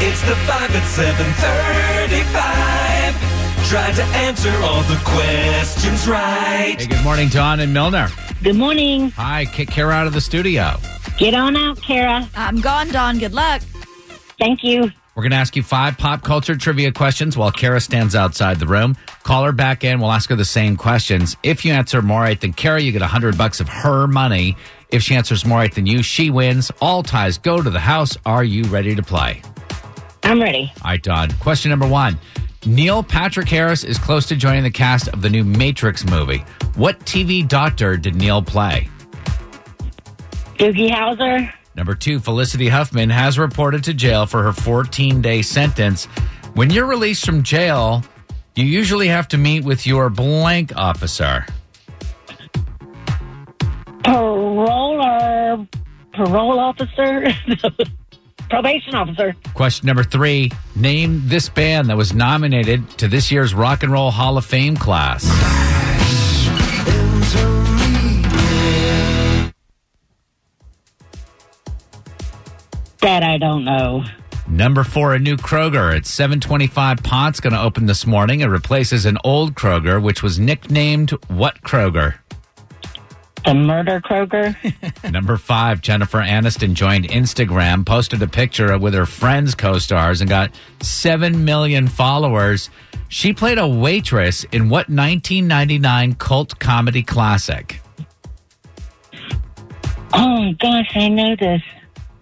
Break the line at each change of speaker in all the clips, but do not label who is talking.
It's the 5 at 735. Tried to answer all the questions right.
Hey, good morning, Don and Milner.
Good morning.
Hi, kick Kara out of the studio.
Get on out, Kara.
I'm gone, Don. Good luck.
Thank you.
We're going to ask you five pop culture trivia questions while Kara stands outside the room. Call her back in. We'll ask her the same questions. If you answer more right than Kara, you get 100 bucks of her money. If she answers more right than you, she wins. All ties go to the house. Are you ready to play?
I'm ready.
All right, Don. Question number one. Neil Patrick Harris is close to joining the cast of the new Matrix movie. What TV doctor did Neil play?
Doogie Howser.
Number two, Felicity Huffman has reported to jail for her 14 day sentence. When you're released from jail, you usually have to meet with your blank officer.
Paroler. uh, Parole officer. Probation officer.
Question number three Name this band that was nominated to this year's Rock and Roll Hall of Fame class.
That I don't know.
Number four, a new Kroger at 725 Pont's going to open this morning. It replaces an old Kroger, which was nicknamed What Kroger?
The murder Kroger.
Number five, Jennifer Aniston joined Instagram, posted a picture with her friends co stars, and got 7 million followers. She played a waitress in what 1999 cult comedy classic?
oh my gosh, I know this.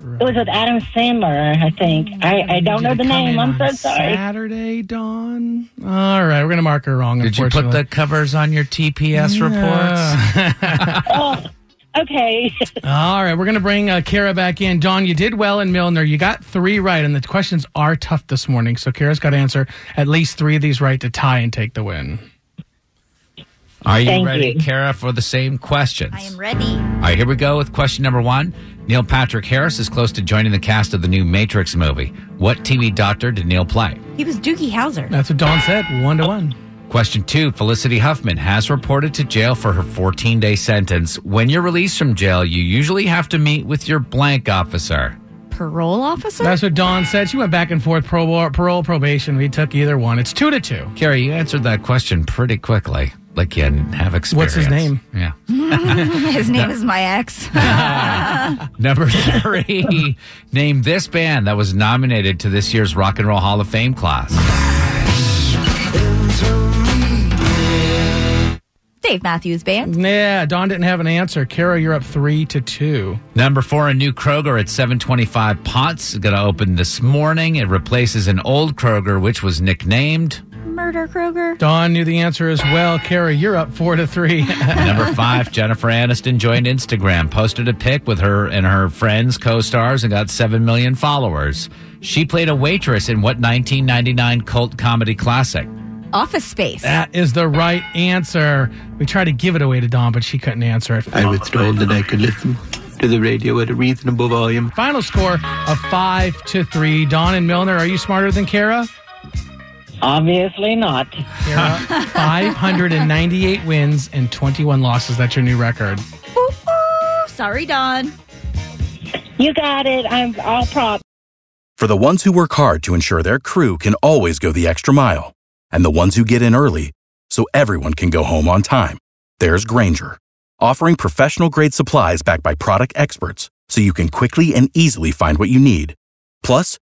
It was with Adam Sandler, I think. I, I don't know the name. I'm so sorry.
Saturday dawn. All right, we're gonna mark her wrong.
Did you put the covers on your TPS reports?
Oh, okay.
Uh, All right, we're gonna bring uh, Kara back in. Dawn, you did well in Milner. You got three right, and the questions are tough this morning. So Kara's got to answer at least three of these right to tie and take the win.
Are you
Thank
ready,
you.
Kara, for the same questions?
I am ready.
All right, here we go with question number one. Neil Patrick Harris is close to joining the cast of the new Matrix movie. What TV doctor did Neil play?
He was Doogie Howser.
That's what Dawn said. One to one.
Question two Felicity Huffman has reported to jail for her 14 day sentence. When you're released from jail, you usually have to meet with your blank officer.
Parole officer?
That's what Dawn said. She went back and forth. Parole, parole probation. We took either one. It's two to two.
Carrie, you answered that question pretty quickly. Like you didn't have experience.
What's his name?
Yeah.
His name is my ex.
Number three, name this band that was nominated to this year's Rock and Roll Hall of Fame class.
Dave Matthews Band.
Yeah, Dawn didn't have an answer. Kara, you're up three to two.
Number four, a new Kroger at 725 Potts is going to open this morning. It replaces an old Kroger, which was nicknamed.
Murder Kroger.
Dawn knew the answer as well. Kara, you're up four to three.
Number five, Jennifer Aniston joined Instagram, posted a pic with her and her friends, co stars, and got 7 million followers. She played a waitress in what 1999 cult comedy classic?
Office Space.
That is the right answer. We tried to give it away to Dawn, but she couldn't answer it.
I was told that I could listen to the radio at a reasonable volume.
Final score of five to three. Dawn and Milner, are you smarter than Kara?
Obviously not.
Kara, 598 wins and 21 losses. That's your new record.
Ooh, ooh. Sorry, Don.
You got it. I'm all prop.
For the ones who work hard to ensure their crew can always go the extra mile, and the ones who get in early so everyone can go home on time, there's Granger, offering professional grade supplies backed by product experts so you can quickly and easily find what you need. Plus,